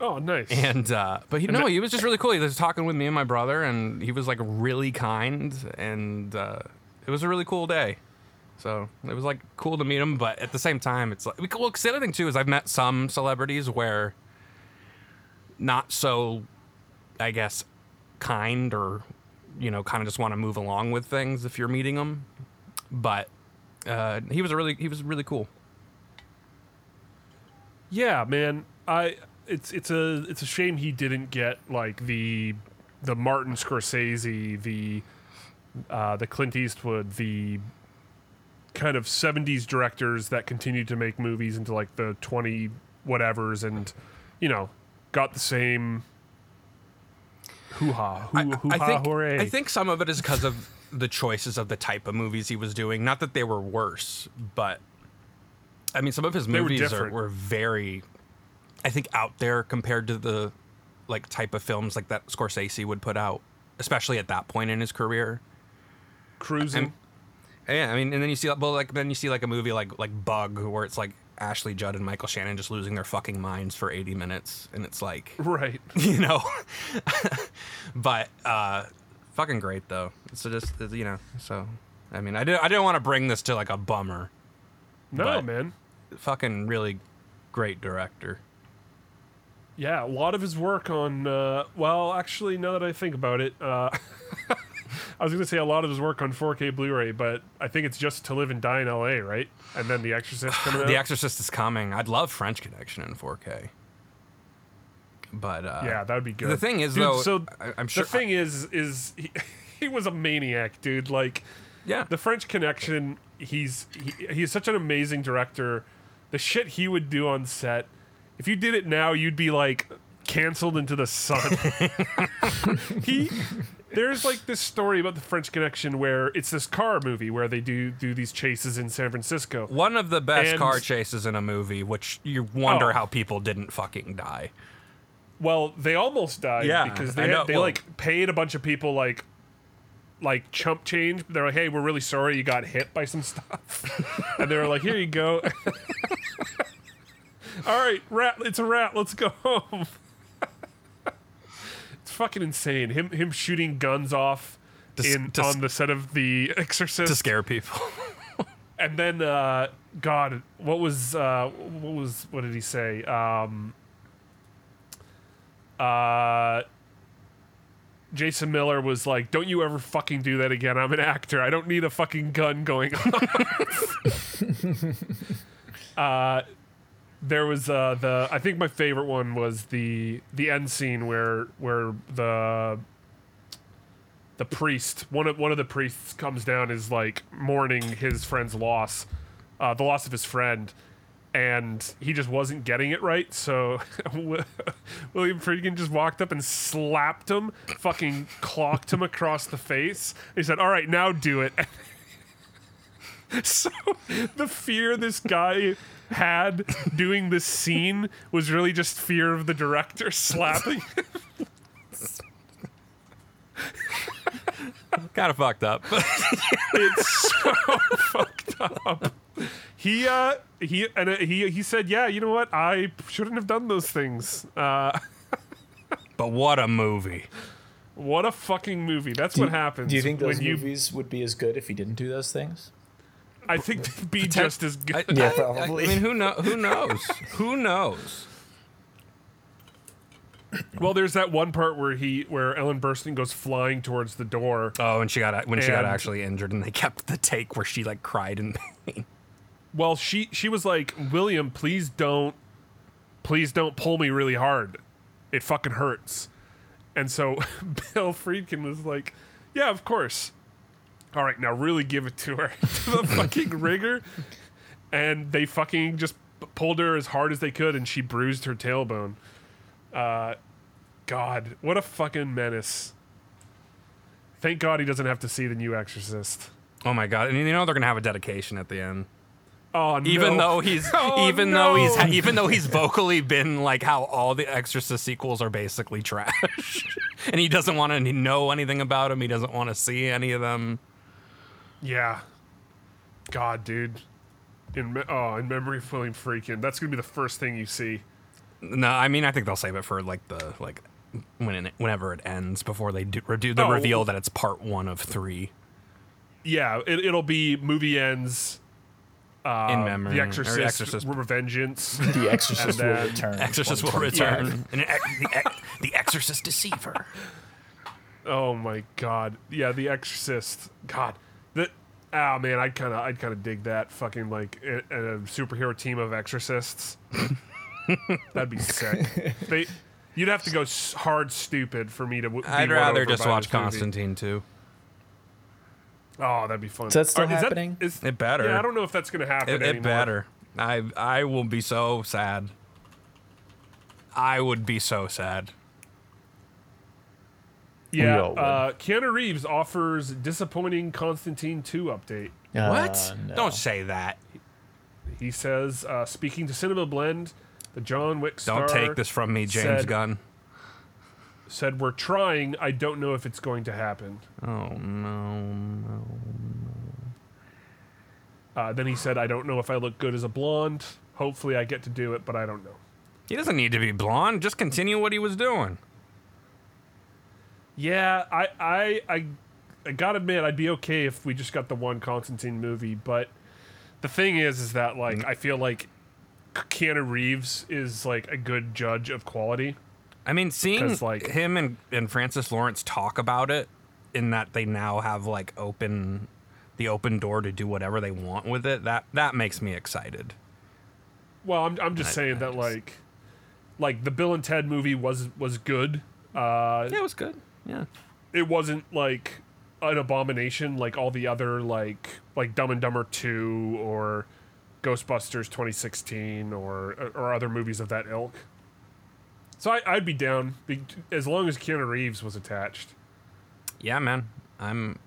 Speaker 11: Oh, nice.
Speaker 2: and uh, but he, no he was just really cool he was talking with me and my brother and he was like really kind and uh, it was a really cool day so it was like cool to meet him but at the same time it's like well 'cause the other thing too is i've met some celebrities where not so i guess kind or you know kind of just want to move along with things if you're meeting them but uh, he was a really he was really cool
Speaker 11: Yeah, man. I it's it's a it's a shame he didn't get like the the Martin Scorsese, the uh, the Clint Eastwood, the kind of 70s directors that continued to make movies into like the 20 whatevers and you know got the same hoo ha hoo hoo
Speaker 2: I
Speaker 11: ha
Speaker 2: think,
Speaker 11: hooray.
Speaker 2: I think some of it is because of the choices of the type of movies he was doing. Not that they were worse, but I mean, some of his
Speaker 11: They were
Speaker 2: movies are,
Speaker 11: different.
Speaker 2: were very, I think, out there compared to the like type of films like that Scorsese would put out, especially at that point in his career.
Speaker 11: cruising.
Speaker 2: I'm- Yeah, I mean, and then you see, well, like then you see like a movie like like Bug, where it's like Ashley Judd and Michael Shannon just losing their fucking minds for eighty minutes, and it's like,
Speaker 11: [laughs]
Speaker 2: [laughs]
Speaker 11: right.
Speaker 2: you know, but uh, fucking great though. So just you know, so I mean, I didn't I didn't want to bring this to like a bummer.
Speaker 11: No,
Speaker 2: but-
Speaker 11: man.
Speaker 2: Fucking really great director.
Speaker 11: Yeah, a lot of his work on. Uh, well, actually, now that I think about it, uh, [laughs] I was going to say a lot of his work on 4K Blu-ray, but I think it's just To Live and Die in L.A., right? And then The
Speaker 2: [sighs]
Speaker 11: Exorcist coming out.
Speaker 2: The Exorcist is coming. I'd love French Connection in 4K. But uh,
Speaker 11: yeah, that would be good.
Speaker 2: The thing is,
Speaker 11: Dude,
Speaker 2: though,
Speaker 11: so
Speaker 2: I, am sure.
Speaker 11: the thing is, is [laughs] he, he was a maniac, dude. Like,
Speaker 2: yeah,
Speaker 11: [laughs] The French Connection, he's he, he's such an amazing director. The shit he would do on set, if you did it now, you'd be like canceled into the sun. [laughs] he there's like this story about the French Connection where it's this car movie where they do do these chases in San Francisco.
Speaker 2: one of the best
Speaker 11: and-
Speaker 2: car chases in a movie, which you wonder
Speaker 11: Oh.
Speaker 2: how people didn't fucking die.
Speaker 11: Well, they almost died
Speaker 2: Yeah,
Speaker 11: because
Speaker 2: I
Speaker 11: they
Speaker 2: know.
Speaker 11: they
Speaker 2: Well-
Speaker 11: like paid a bunch of people like like chump change. They're like, "Hey, we're really sorry you got hit by some [laughs] stuff," and they were like, "Here you go." [laughs] All right, rat. It's a rat. Let's go home. [laughs] it's fucking insane. Him him shooting guns off
Speaker 2: To s-
Speaker 11: in
Speaker 2: to s-
Speaker 11: on the set of The Exorcist
Speaker 2: To scare people. [laughs]
Speaker 11: and then uh god what was uh what was what did he say um uh Jason Miller was like, "Don't you ever fucking do that again. I'm an actor. I don't need a fucking gun going on." uh [laughs] Uh, there was uh the I think my favorite one was the the end scene where where the the priest one of one of the priests comes down is like mourning his friend's loss uh, the loss of his friend and he just wasn't getting it right so [laughs] Wi- william friedkin just walked up and slapped him fucking clocked him across the face he said all right now do it [laughs] so the fear this guy had doing this scene was really just fear of the director [laughs] slapping
Speaker 2: kind of fucked up. [laughs]
Speaker 11: It's so fucked up. He uh he and uh, he he said, "Yeah, you know what? I shouldn't have done those things." Uh
Speaker 2: but what a movie.
Speaker 11: what a fucking movie. That's what happens.
Speaker 12: Do you think those
Speaker 11: when you
Speaker 12: movies would be as good if he didn't do those
Speaker 11: [laughs]
Speaker 12: things?
Speaker 11: I think [laughs] they'd be just as good.
Speaker 2: I,
Speaker 12: Yeah,
Speaker 2: I-
Speaker 12: probably.
Speaker 2: I mean, who know?
Speaker 12: [laughs]
Speaker 2: Who knows? who knows?
Speaker 11: well, there's that one part where he where Ellen Burstyn goes flying towards the door.
Speaker 2: Oh, and she got when she got
Speaker 11: And-
Speaker 2: actually injured, and they kept the take where she like cried in pain.
Speaker 11: Well, she she was like, "William, please don't please don't pull me really hard. It fucking hurts." And so [laughs] Bill Friedkin was like, "Yeah, of course. All right, now really give it to her [laughs] to the fucking rigger." And they fucking just p- pulled her as hard as they could, and she bruised her tailbone. Uh, God, what a fucking menace! Thank God he doesn't have to see the new Exorcist.
Speaker 2: [laughs] Oh my god! And you know they're gonna have a dedication at the end,
Speaker 11: Oh,
Speaker 2: even
Speaker 11: no.
Speaker 2: though he's
Speaker 11: [laughs] Oh,
Speaker 2: even though he's
Speaker 11: no.
Speaker 2: even though he's vocally been like how all the Exorcist sequels are basically trash, [laughs] and he doesn't want to know anything about them. He doesn't want to see any of them.
Speaker 11: Yeah. God, dude. In me- oh, in memory of William Freakin, that's gonna be the first thing you see.
Speaker 2: No, I mean I think they'll save it for like the like when it, whenever it ends before they do, do the
Speaker 11: Oh.
Speaker 2: reveal that it's part one of three.
Speaker 11: Yeah, it, it'll be movie ends,
Speaker 2: in memory.
Speaker 11: Uh, The
Speaker 2: or
Speaker 11: Exorcist,
Speaker 2: Exorcist,
Speaker 11: Revengeance. [laughs]
Speaker 12: The Exorcist
Speaker 11: And
Speaker 12: will
Speaker 11: then-
Speaker 12: return.
Speaker 2: Exorcist will return. And ex- the, ex- the Exorcist Deceiver.
Speaker 11: oh my God, yeah, The Exorcist. God, that. Ah man,
Speaker 2: [laughs]
Speaker 11: I kind of, I'd kind of dig that fucking like a, a superhero team of exorcists. That'd be sick. They, you'd have to go s- hard stupid for me to. W- be
Speaker 2: I'd
Speaker 11: won
Speaker 2: rather
Speaker 11: over
Speaker 2: just
Speaker 11: by
Speaker 2: watch
Speaker 11: this movie.
Speaker 2: Constantine too.
Speaker 11: Oh, that'd be fun.
Speaker 2: Is that still
Speaker 11: Or is
Speaker 2: happening?
Speaker 11: is-
Speaker 2: It better.
Speaker 11: Yeah, I don't know if that's gonna happen.
Speaker 2: It, it
Speaker 11: anymore.
Speaker 2: better. I I will be so sad. I would be so sad.
Speaker 11: Yeah,
Speaker 2: We all would.
Speaker 11: uh, Keanu Reeves offers disappointing Constantine 2 update.
Speaker 12: Uh,
Speaker 2: what? Don't say that.
Speaker 11: He says, uh, speaking to Cinema Blend, the John Wick star
Speaker 2: Don't take this from me, James
Speaker 11: said,
Speaker 2: Gunn.
Speaker 11: Said, we're trying. I don't know if it's going to happen.
Speaker 2: Oh no, no.
Speaker 11: Uh, then he said, I don't know if I look good as a blonde. Hopefully I get to do it, but I don't know.
Speaker 2: He doesn't need to be blonde. Just continue what he was doing.
Speaker 11: Yeah, I, I, I, I gotta admit, I'd be okay if we just got the one Constantine movie. But the thing is, is that
Speaker 2: Mm.
Speaker 11: like I feel like Keanu Reeves is like a good judge of quality.
Speaker 2: I mean, seeing
Speaker 11: 'Cause, like-
Speaker 2: him and, and Francis Lawrence talk about it, in that they now have like open the open door to do whatever they want with it. That that makes me excited.
Speaker 11: Well, I'm, I'm just
Speaker 2: I-
Speaker 11: saying
Speaker 2: I
Speaker 11: that
Speaker 2: just-
Speaker 11: like, like the Bill and Ted movie was was good. Uh,
Speaker 2: yeah, it was good. Yeah.
Speaker 11: It wasn't like an abomination like all the other like like Dumb and Dumber Two or Ghostbusters 2016 or or other movies of that ilk. So I, I'd be down be, as long as Keanu Reeves was attached.
Speaker 2: Yeah, man. I'm.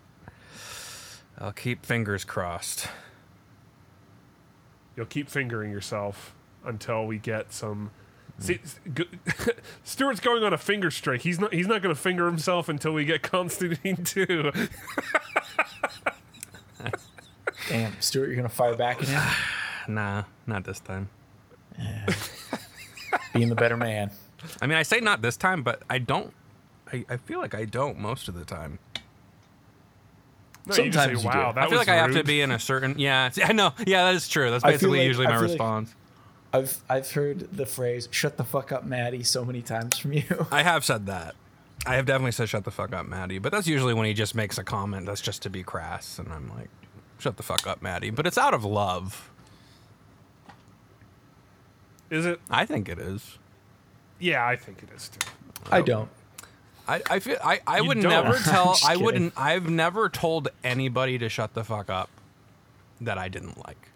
Speaker 2: I'll keep fingers crossed.
Speaker 11: You'll keep fingering yourself until we get some.
Speaker 2: Hmm.
Speaker 11: See, s- go- [laughs] Stuart's going on a finger streak. He's not. He's not going to finger himself until we get Constantine [laughs] too.
Speaker 12: Damn, Stuart, you're gonna fire back at him.
Speaker 2: [sighs] Nah, not this time.
Speaker 12: Being the better man.
Speaker 2: I mean, I say not this time, but I don't. I, I feel like I don't most of the time.
Speaker 11: No, you just say,
Speaker 2: Sometimes you do.
Speaker 11: "Wow, that
Speaker 2: I feel
Speaker 11: was
Speaker 2: like I have to
Speaker 11: rude."
Speaker 2: be in a certain. Yeah, I know. Yeah, that is true. That's
Speaker 12: I feel
Speaker 2: basically
Speaker 12: like-
Speaker 2: usually
Speaker 12: I
Speaker 2: my
Speaker 12: feel like-
Speaker 2: response.
Speaker 12: I've I've heard the phrase "shut the fuck up, Maddie" so many times from you.
Speaker 2: I have said that. I have definitely said "shut the fuck up, Maddie," but that's usually when he just makes a comment that's just to be crass, and I'm like, "Shut the fuck up, Maddie," but it's out of love.
Speaker 11: Is it?
Speaker 2: I think it is.
Speaker 11: Yeah, I think it is too.
Speaker 12: I don't.
Speaker 2: I, I feel I, I
Speaker 11: You
Speaker 2: would
Speaker 11: don't. [laughs]
Speaker 2: never
Speaker 11: I'm
Speaker 2: tell
Speaker 11: just
Speaker 2: I
Speaker 11: kidding.
Speaker 2: wouldn't I've never told anybody to shut the fuck up that I didn't like.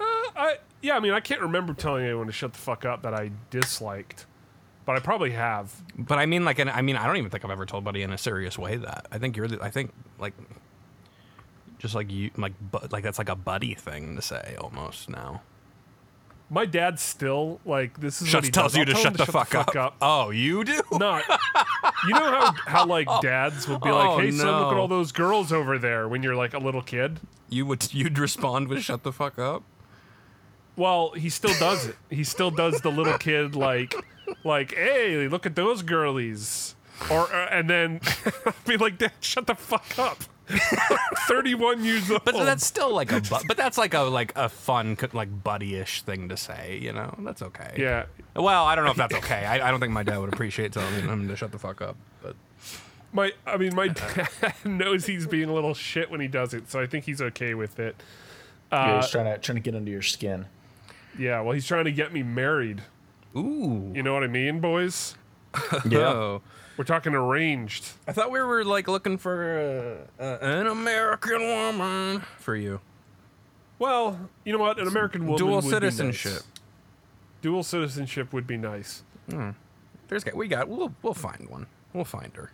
Speaker 11: I yeah, I mean, I can't remember telling anyone to shut the fuck up that I disliked, but I probably have.
Speaker 2: But I mean like and I mean I don't even think I've ever told anybody in a serious way that. I think you're the, I think like just like you like but like that's like a buddy thing to say almost now.
Speaker 11: My dad still like this is
Speaker 2: Shut-
Speaker 11: what he
Speaker 2: tells
Speaker 11: does.
Speaker 2: you
Speaker 11: I'll
Speaker 2: to
Speaker 11: tell him
Speaker 2: shut the fuck up. Oh, you do?
Speaker 11: No, you know how how
Speaker 2: [laughs]
Speaker 11: like dads would be
Speaker 2: Oh,
Speaker 11: like, "Hey son, look at
Speaker 2: no.
Speaker 11: all those girls over there." When you're like a little kid,
Speaker 2: You would you'd respond with shut the fuck up?
Speaker 11: well, he still does it. He still does the little kid like, like, "Hey, look at those girlies," or uh, and then [laughs] be like, "Dad, shut the fuck up." [laughs] Thirty-one years old.
Speaker 2: But that's still like a bu- but that's like a like a fun co- like buddy-ish thing to say, you know. That's okay.
Speaker 11: Yeah.
Speaker 2: Well, I don't know if that's okay. I, I don't think my dad would appreciate telling him to shut the fuck up. But
Speaker 11: My, I mean, my
Speaker 2: Uh-uh.
Speaker 11: dad [laughs] knows he's being a little shit when he does it, so I think he's okay with it.
Speaker 12: yeah,
Speaker 11: Uh,
Speaker 12: he's trying to trying to get under your skin.
Speaker 11: yeah, well, he's trying to get me married.
Speaker 2: Ooh.
Speaker 11: You know what I mean, boys?
Speaker 2: Yeah.
Speaker 11: We're talking arranged.
Speaker 2: I thought we were like looking for uh, uh, an American woman for you.
Speaker 11: Well, you know what? An American woman
Speaker 2: dual
Speaker 11: would be nice.
Speaker 2: citizenship.
Speaker 11: Dual citizenship would be nice.
Speaker 2: Hmm. There's got- we got we'll we'll find one. We'll find her.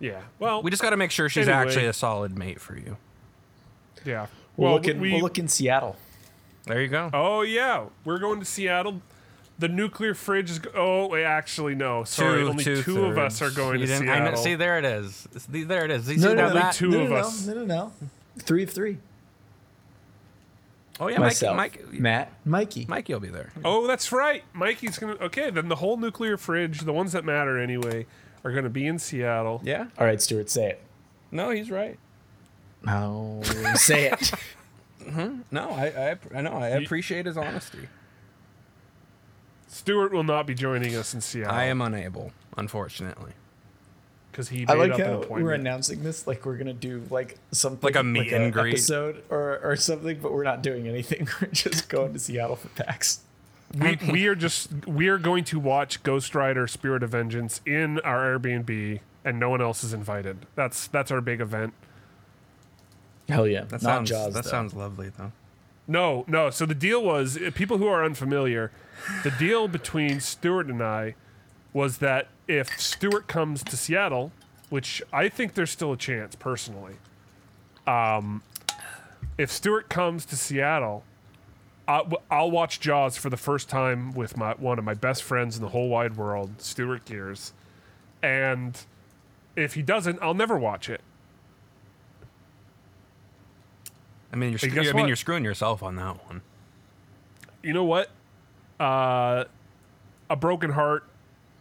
Speaker 11: Yeah. Well,
Speaker 2: We just got to make sure she's
Speaker 11: anyway,
Speaker 2: actually a solid mate for you.
Speaker 11: Yeah.
Speaker 12: We'll,
Speaker 11: Well,
Speaker 12: look in,
Speaker 11: we-
Speaker 12: we'll look in Seattle.
Speaker 2: There you go.
Speaker 11: Oh yeah, we're going to Seattle. The nuclear fridge is. Go- oh, wait, actually no. Sorry, only two, of us are
Speaker 2: thirds.
Speaker 11: going
Speaker 2: You
Speaker 11: to
Speaker 2: didn't-
Speaker 11: Seattle.
Speaker 2: I know, see, there it is. It's the- there it is. See, see,
Speaker 12: No, no,
Speaker 2: now
Speaker 12: no,
Speaker 11: only
Speaker 2: that-
Speaker 11: two
Speaker 12: no,
Speaker 11: of
Speaker 12: no,
Speaker 11: us.
Speaker 12: No, no, no. Three of three.
Speaker 2: Oh yeah,
Speaker 12: Myself,
Speaker 2: Mike, Mike,
Speaker 12: Matt, Mikey.
Speaker 2: Mikey'll be there.
Speaker 11: Oh, that's right. Mikey's gonna. Okay, then the whole nuclear fridge, the ones that matter anyway, are gonna be in Seattle.
Speaker 2: Yeah.
Speaker 12: All right, Stuart, say it.
Speaker 2: No, he's right.
Speaker 12: No, Oh,
Speaker 2: [laughs]
Speaker 12: say [laughs] it.
Speaker 2: No, I, I, I know. I appreciate his honesty.
Speaker 11: Stuart will not be joining us in Seattle.
Speaker 2: I am unable, unfortunately.
Speaker 11: because he made
Speaker 12: I like
Speaker 11: up an
Speaker 12: how
Speaker 11: appointment.
Speaker 12: we're announcing this like we're gonna do like something
Speaker 11: Like a meet
Speaker 12: an
Speaker 11: and greet.
Speaker 12: episode or, or something, but we're not doing anything. [laughs] We're just going to Seattle for PAX.
Speaker 11: we, we are just we are going to watch Ghost Rider: Spirit of Vengeance in our Airbnb, and no one else is invited. That's that's our big event.
Speaker 12: Hell yeah!
Speaker 11: Not
Speaker 2: That sounds
Speaker 11: Jaws,
Speaker 2: that
Speaker 11: though.
Speaker 2: sounds lovely though.
Speaker 11: No, no. So the deal was uh, people who are unfamiliar, the deal between Stuart and I was that if Stuart comes to Seattle, which I think there's still a chance personally, um, if Stuart comes to Seattle, I, will watch Jaws for the first time with my one of my best friends in the whole wide world, Stuart Gears, and if he doesn't, I'll never watch it.
Speaker 2: I mean, you're
Speaker 11: Hey,
Speaker 2: screw-
Speaker 11: guess
Speaker 2: I mean,
Speaker 11: what?
Speaker 2: you're screwing yourself on that one.
Speaker 11: you know what? Uh, a broken heart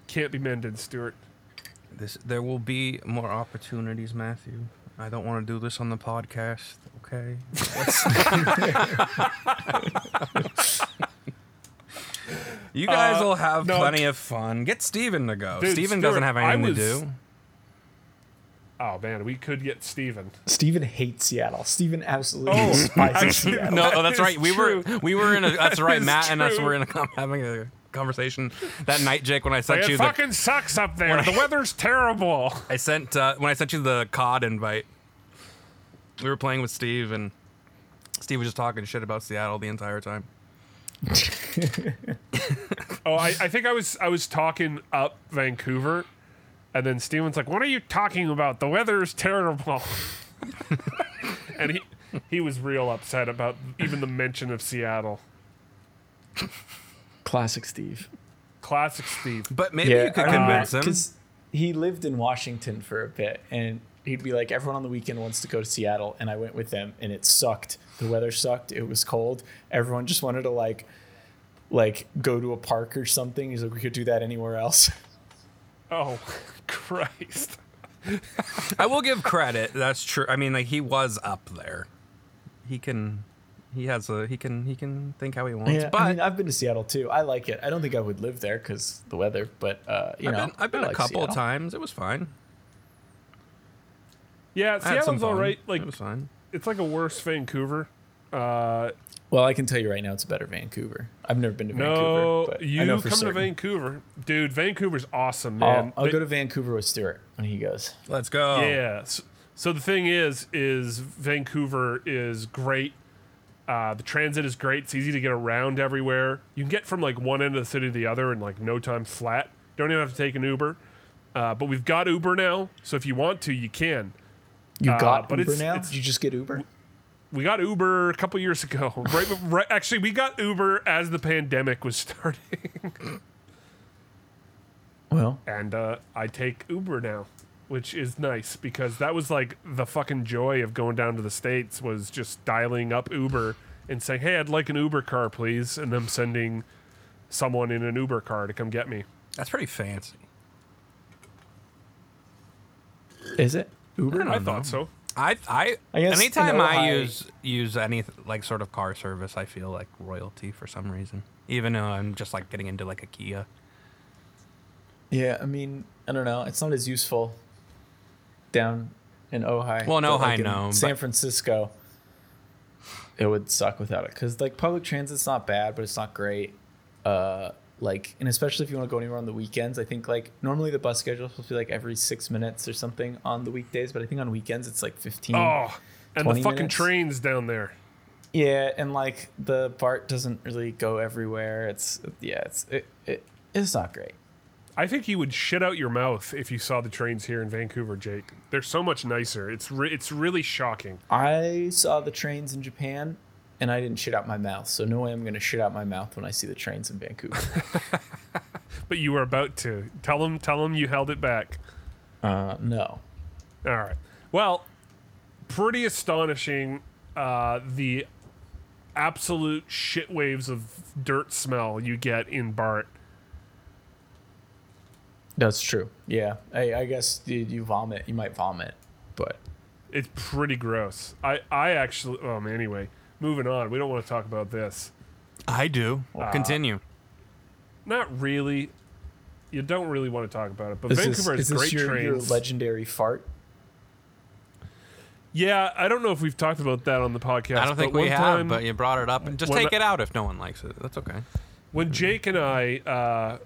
Speaker 11: can't be mended, Stuart.
Speaker 2: This there will be more opportunities, Matthew. I don't want to do this on the podcast. Okay. [laughs] Let's- you guys
Speaker 11: Uh,
Speaker 2: will have
Speaker 11: no.
Speaker 2: plenty of fun. Get Steven to go.
Speaker 11: Dude,
Speaker 2: Steven
Speaker 11: Stuart,
Speaker 2: doesn't have
Speaker 11: I
Speaker 2: anything
Speaker 11: was- [laughs]
Speaker 2: to do.
Speaker 11: Oh man, we could get Steven.
Speaker 12: Steven hates Seattle. Steven absolutely
Speaker 11: Oh, I-
Speaker 12: despises Seattle.
Speaker 2: No, oh, that's
Speaker 11: That
Speaker 2: right.
Speaker 11: is
Speaker 2: We were
Speaker 11: true.
Speaker 2: we were in a that's
Speaker 11: That
Speaker 2: right,
Speaker 11: is
Speaker 2: Matt and us
Speaker 11: true.
Speaker 2: were in a [laughs] com- having a conversation that night, Jake, when I sent
Speaker 11: It
Speaker 2: you the,
Speaker 11: fucking sucks up there.
Speaker 2: When I-
Speaker 11: The weather's terrible.
Speaker 2: I sent uh, when I sent you the COD invite. We were playing with Steve, and Steve was just talking shit about Seattle the entire time.
Speaker 11: Oh, I, I think I was I was talking up Vancouver, and then Steven's like, "What are you talking about? The weather's terrible." [laughs] and he he was real upset about even the mention of Seattle.
Speaker 12: Classic Steve.
Speaker 11: Classic Steve.
Speaker 2: But maybe you could
Speaker 12: I remember
Speaker 2: convince
Speaker 12: that,
Speaker 2: him.
Speaker 12: 'cause He lived in Washington for a bit, and he'd be like, "Everyone on the weekend wants to go to Seattle," and I went with them, and it sucked. The weather sucked. It was cold. Everyone just wanted to like, like go to a park or something. He's like, "We could do that anywhere else." [laughs]
Speaker 11: Oh, [laughs] Christ.
Speaker 2: I will give credit. That's true. I mean, like he was up there. He can. He has a. He can. He can think how he wants.
Speaker 12: Yeah,
Speaker 2: but
Speaker 12: I mean, I've been to Seattle too. I like it. I don't think I would live there because the weather, but uh, you
Speaker 2: I've
Speaker 12: know,
Speaker 2: been, I've been
Speaker 12: I
Speaker 2: a
Speaker 12: like
Speaker 2: couple
Speaker 12: Seattle.
Speaker 2: times. It was fine.
Speaker 11: Yeah,
Speaker 2: I had some
Speaker 11: Seattle's all
Speaker 2: fun.
Speaker 11: right. Like
Speaker 2: it was fine.
Speaker 11: it's like a worse Vancouver. Uh,
Speaker 12: Well, I can tell you right now, it's better Vancouver. I've never been to Vancouver.
Speaker 11: no,
Speaker 12: but
Speaker 11: Oh, you
Speaker 12: I know
Speaker 11: come
Speaker 12: for
Speaker 11: to
Speaker 12: certain.
Speaker 11: Vancouver, dude. Vancouver's awesome,
Speaker 12: I'll,
Speaker 11: man.
Speaker 12: I'll
Speaker 11: They-
Speaker 12: go to Vancouver with Stuart when he goes.
Speaker 2: Let's go.
Speaker 11: Yeah. So, so the thing is, is Vancouver is great. Uh, the transit is great. It's easy to get around everywhere. You can get from like one end of the city to the other in like no time flat. Don't even have to take an Uber. Uh, but we've got Uber now, so if you want to, you can.
Speaker 12: You
Speaker 11: Uh,
Speaker 12: got
Speaker 11: but
Speaker 12: Uber
Speaker 11: it's-
Speaker 12: now?
Speaker 11: it's-
Speaker 12: Did you just get Uber?
Speaker 11: We got Uber a couple years ago. [laughs] Right, bef- right. Actually, we got Uber as the pandemic was [laughs] starting.
Speaker 12: Well,
Speaker 11: and uh, I take Uber now, which is nice because that was like the fucking joy of going down to the states was just dialing up Uber and saying, "Hey, I'd like an Uber car, please," and them sending someone in an Uber car to come get me.
Speaker 2: That's pretty fancy.
Speaker 12: is it Uber?
Speaker 11: I thought so.
Speaker 2: I I,
Speaker 12: I guess
Speaker 2: anytime
Speaker 12: in
Speaker 2: I
Speaker 12: Ohio-
Speaker 2: use use any like sort of car service, I feel like royalty for some reason. Even though I'm just like getting into like a Kia.
Speaker 12: Yeah, I mean, I don't know. It's not as useful down in Ojai.
Speaker 2: Well, in
Speaker 12: but,
Speaker 2: Ojai,
Speaker 12: in
Speaker 2: no,
Speaker 12: San
Speaker 2: but-
Speaker 12: Francisco, it would suck without it because like public transit's not bad, but it's not great. Uh, like, and especially if you want to go anywhere on the weekends, I think like normally the bus schedule is supposed to be like every six minutes or something on the weekdays, but I think on weekends it's like fifteen.
Speaker 11: Oh, and the
Speaker 12: 20
Speaker 11: fucking
Speaker 12: Mm. minutes?
Speaker 11: trains down there.
Speaker 12: Yeah, and like the BART doesn't really go everywhere. It's yeah, it's it, it it's not great.
Speaker 11: I think you would shit out your mouth if you saw the trains here in Vancouver, Jake. They're so much nicer. It's re- it's really shocking.
Speaker 12: I saw the trains in Japan and I didn't shit out my mouth. So no way I'm going to shit out my mouth when I see the trains in Vancouver.
Speaker 11: [laughs] But you were about to tell them tell them you held it back.
Speaker 12: uh, no.
Speaker 11: All right. Well, pretty astonishing. Uh, the absolute shit waves of dirt smell you get in Bart.
Speaker 12: That's true. Yeah. I, I guess you, you vomit. You might vomit, but
Speaker 11: It's pretty gross. I I actually. Um. Anyway, moving on. We don't want to talk about this.
Speaker 2: I do. Continue.
Speaker 11: Not really. you don't really want to talk about it. But
Speaker 12: Is this-
Speaker 11: Vancouver
Speaker 12: is
Speaker 11: has
Speaker 12: this
Speaker 11: great
Speaker 12: your, your
Speaker 11: trains.
Speaker 12: legendary fart?
Speaker 11: yeah, I don't know if we've talked about that on the podcast.
Speaker 2: I don't think
Speaker 11: but
Speaker 2: we
Speaker 11: one
Speaker 2: have,
Speaker 11: time-
Speaker 2: but you brought it up. And just
Speaker 11: when
Speaker 2: take
Speaker 11: I-
Speaker 2: it out if no one likes it. That's okay.
Speaker 11: when Jake and I, uh,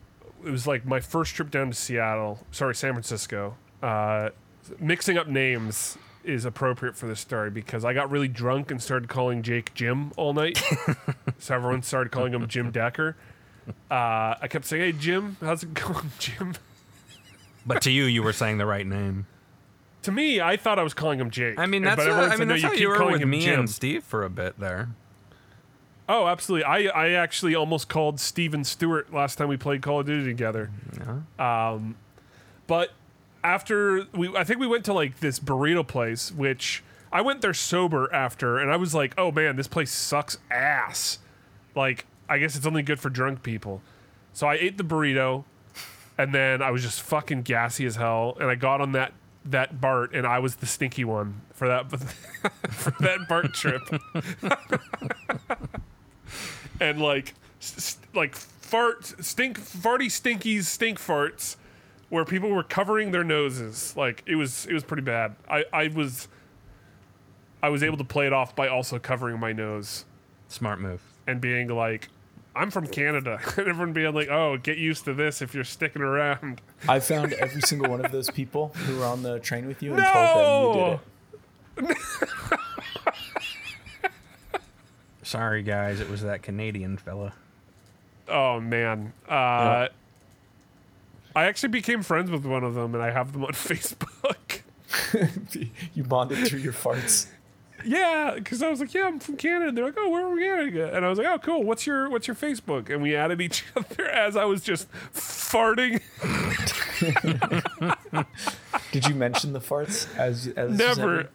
Speaker 11: it was like my first trip down to Seattle, sorry, San Francisco. Uh, mixing up names is appropriate for this story because I got really drunk and started calling Jake Jim all
Speaker 2: [laughs]
Speaker 11: night. so everyone started calling him Jim Decker. Uh, I kept saying, "Hey Jim, how's it [laughs] going, Jim?"
Speaker 2: But to you, you were saying the right name.
Speaker 11: To me, I thought I was calling him Jake.
Speaker 2: [laughs] I mean,
Speaker 11: But
Speaker 2: that's, what-
Speaker 11: everyone
Speaker 2: I
Speaker 11: said,
Speaker 2: mean,
Speaker 11: "No,
Speaker 2: that's how
Speaker 11: keep
Speaker 2: you were
Speaker 11: calling
Speaker 2: with
Speaker 11: him
Speaker 2: me
Speaker 11: Jim."
Speaker 2: and Steve for a bit there.
Speaker 11: Oh, absolutely. I, I actually almost called Steven Stewart last time we played Call of Duty together. Um, but after we, I think we went to like this burrito place, which I went there sober after, and I was like, oh man, this place sucks ass. Like, I guess it's only good for drunk people. So I ate the burrito, and then I was just fucking gassy as hell, and I got on that that Bart, and I was the stinky one for that [laughs] for that Bart trip and like st- st- like fart stink farty stinkies stink farts where people were covering their noses like it was it was pretty bad i i was i was able to play it off by also covering my nose
Speaker 2: Smart move.
Speaker 11: and being like i'm from canada [laughs] and everyone being like oh get used to this if you're sticking around
Speaker 12: I found every single one of those people who were on the train with you and told them you did
Speaker 11: no
Speaker 12: it. [laughs]
Speaker 2: Sorry, guys. It was that Canadian fella.
Speaker 11: oh man uh i actually became friends with one of them and i have them on [laughs] facebook
Speaker 12: You bonded through your farts.
Speaker 11: yeah, because I was like, yeah, I'm from Canada. They're like, oh, where are we Canada? And I was like, oh, cool. What's your what's your Facebook? And we added each [laughs] other as I was just farting.
Speaker 12: Did you mention the farts as as this was
Speaker 11: Never,
Speaker 12: happening?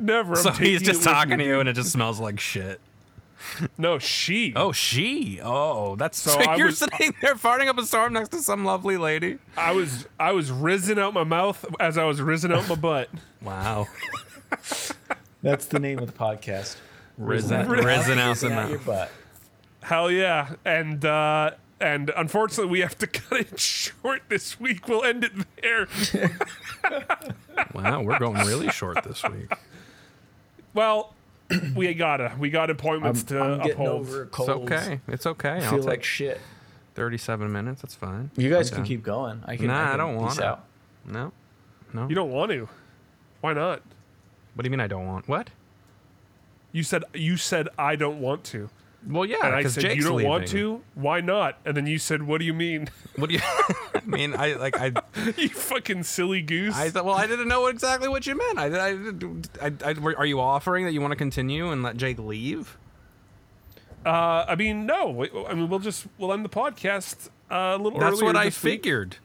Speaker 11: never. I'm
Speaker 2: [laughs] So he's
Speaker 11: taking it
Speaker 2: just
Speaker 11: with
Speaker 2: talking
Speaker 11: me.
Speaker 2: to you, and it just smells like shit.
Speaker 11: No, she.
Speaker 2: Oh, she. Oh, that's so.
Speaker 11: So I
Speaker 2: you're
Speaker 11: was- uh,
Speaker 2: sitting there farting up a storm next to some lovely lady.
Speaker 11: I was I was risen out my mouth as I was risen out my butt.
Speaker 2: Wow.
Speaker 12: That's the name of the [laughs] podcast.
Speaker 2: [laughs] Risen, risen out the
Speaker 12: Get out
Speaker 2: mouth.
Speaker 12: your butt.
Speaker 11: Hell yeah! And uh, and unfortunately, we have to [laughs] cut it short this week. We'll end it there.
Speaker 2: Wow, we're going really short
Speaker 11: [laughs]
Speaker 2: this week.
Speaker 11: Well, we gotta we got appointments to
Speaker 12: I'm getting
Speaker 11: uphold.
Speaker 12: over a
Speaker 2: It's
Speaker 12: cold.
Speaker 2: okay. It's okay.
Speaker 12: I
Speaker 2: I'll
Speaker 12: feel
Speaker 2: take
Speaker 12: like shit.
Speaker 2: 37 minutes. That's fine.
Speaker 12: You guys
Speaker 2: I'm
Speaker 12: can
Speaker 2: down.
Speaker 12: keep going. I can.
Speaker 2: Nah,
Speaker 12: I,
Speaker 2: I
Speaker 12: can
Speaker 2: don't
Speaker 12: peace
Speaker 2: wanna.
Speaker 12: out.
Speaker 2: No.
Speaker 11: You don't want to. Why not?
Speaker 2: What do you mean I don't want? What?
Speaker 11: You said you said I don't want to,
Speaker 2: Well, yeah,
Speaker 11: and I
Speaker 2: because
Speaker 11: said
Speaker 2: Jake's
Speaker 11: you don't
Speaker 2: leaving.
Speaker 11: want to. Why not? And then you said, "What do you mean? [laughs]
Speaker 2: What do you? [laughs] I mean, I like I.
Speaker 11: you fucking silly goose."
Speaker 2: I thought. Well, I didn't know exactly what you meant. I, I, I, I, were- are you offering that you want to continue and let Jake leave?
Speaker 11: uh, I mean, no. Wait, I mean, we'll just we'll end the podcast uh, a little.
Speaker 2: That's
Speaker 11: earlier
Speaker 2: what I
Speaker 11: this week.
Speaker 2: figured.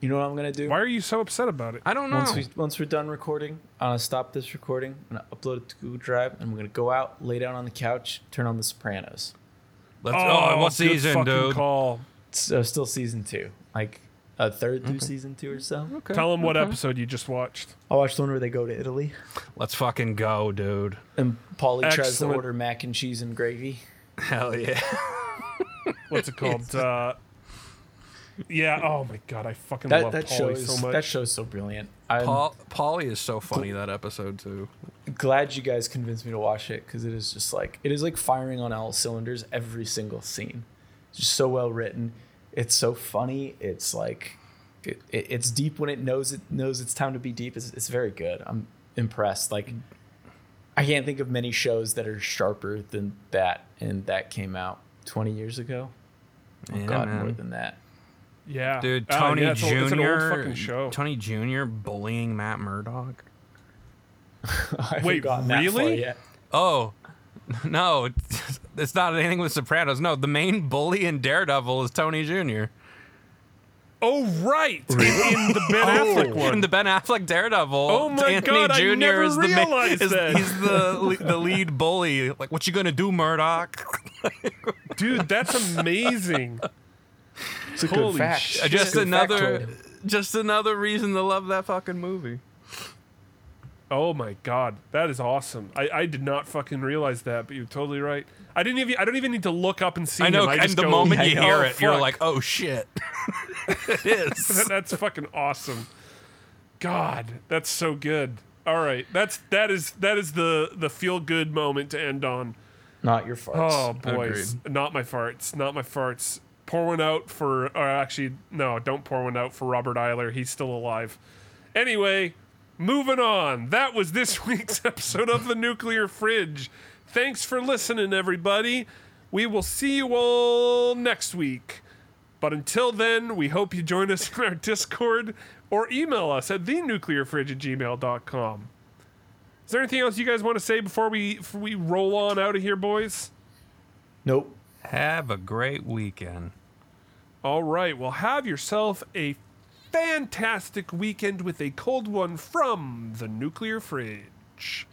Speaker 12: You know what I'm gonna do?
Speaker 11: Why are you so upset about it?
Speaker 2: I don't know.
Speaker 12: Once we once we're done recording, I'm gonna stop this recording. I'm gonna upload it to Google Drive, and I'm gonna go out, lay down on the couch, turn on The Sopranos.
Speaker 2: Let's, oh, what
Speaker 11: good
Speaker 2: season,
Speaker 11: fucking
Speaker 2: dude?
Speaker 11: Call.
Speaker 12: So uh, still season two, like a third through season two or so.
Speaker 2: Okay,
Speaker 11: Tell him what
Speaker 2: okay.
Speaker 11: episode you just watched.
Speaker 12: I watched the one where they go to Italy,
Speaker 2: Let's fucking go, dude.
Speaker 12: and Paulie tries to
Speaker 11: Excellent.
Speaker 12: order mac and cheese and gravy.
Speaker 2: Hell [laughs] yeah.
Speaker 11: What's
Speaker 2: [laughs]
Speaker 11: it called? uh, yeah. Oh my god, I fucking
Speaker 12: That
Speaker 11: love
Speaker 12: that
Speaker 11: Pauly
Speaker 12: show is
Speaker 11: so much.
Speaker 12: that show is so brilliant. I'm
Speaker 2: Paul, Paulie is so funny that episode too.
Speaker 12: glad you guys convinced me to watch it because it is just like it is like firing on all cylinders every single scene. It's just so well written. It's so funny. It's like it, it, it's deep when it knows it knows it's time to be deep. It's, it's very good. I'm impressed. Like I can't think of many shows that are sharper than that, and that came out 20 years ago. Oh
Speaker 2: Yeah,
Speaker 12: God,
Speaker 2: man.
Speaker 12: more than that. [laughs]
Speaker 11: yeah,
Speaker 2: Dude,
Speaker 11: Uh,
Speaker 2: Tony
Speaker 11: yeah, it's a- it's an old
Speaker 2: Jr.
Speaker 11: fucking show.
Speaker 2: Tony Jr. bullying Matt Murdock.
Speaker 12: I haven't
Speaker 11: Wait,
Speaker 12: gotten that far
Speaker 11: really?
Speaker 12: yet.
Speaker 2: Oh, [laughs] no, [laughs] it's- it's not anything with Sopranos. No, the main bully in Daredevil is Tony Jr.
Speaker 11: Oh
Speaker 2: [laughs]
Speaker 11: right, in the Ben Affleck one.
Speaker 2: Oh. In the Ben Affleck Daredevil,
Speaker 11: Oh my
Speaker 2: Anthony
Speaker 11: God, I
Speaker 2: Jr.
Speaker 11: never
Speaker 2: is the ma-
Speaker 11: realized
Speaker 2: is,
Speaker 11: that.
Speaker 2: he's the le- the lead bully. Like, what you gonna do, [laughs] Murdoch?
Speaker 11: Dude, that's
Speaker 2: [laughs]
Speaker 11: amazing.
Speaker 12: It's a
Speaker 11: Holy
Speaker 12: good fact.
Speaker 11: shit.
Speaker 2: Uh, just
Speaker 12: Good
Speaker 2: another
Speaker 12: factoid.
Speaker 2: just another reason to love that fucking movie.
Speaker 11: Oh my god, that is awesome! I, I did not fucking realize that, but you're totally right. I didn't even I don't even need to look up and see.
Speaker 2: I know,
Speaker 11: Him. I
Speaker 2: and
Speaker 11: just
Speaker 2: the
Speaker 11: go,
Speaker 2: moment you
Speaker 11: "Oh,
Speaker 2: hear it, you're
Speaker 11: fuck."
Speaker 2: like, oh shit. [laughs] it is.
Speaker 11: [laughs] that's fucking awesome. God, that's so good. All right, that's that is that is the the feel good moment to end on.
Speaker 12: Not your farts.
Speaker 11: Oh boys, not my farts, not my farts. Pour one out for, or actually, no, don't pour one out for Robert Eiler. He's still alive. Anyway, moving on. That was this [laughs] week's episode of the Nuclear Fridge. Thanks for listening, everybody. We will see you all next week. But until then, we hope you join us [laughs] in our Discord or email us at thenuclearfridge at gmail.com. Is there anything else you guys want to say before we, before we roll on out of here, boys?
Speaker 12: Nope.
Speaker 2: Have a great weekend.
Speaker 11: All right. Well, have yourself a fantastic weekend with a cold one from the nuclear fridge.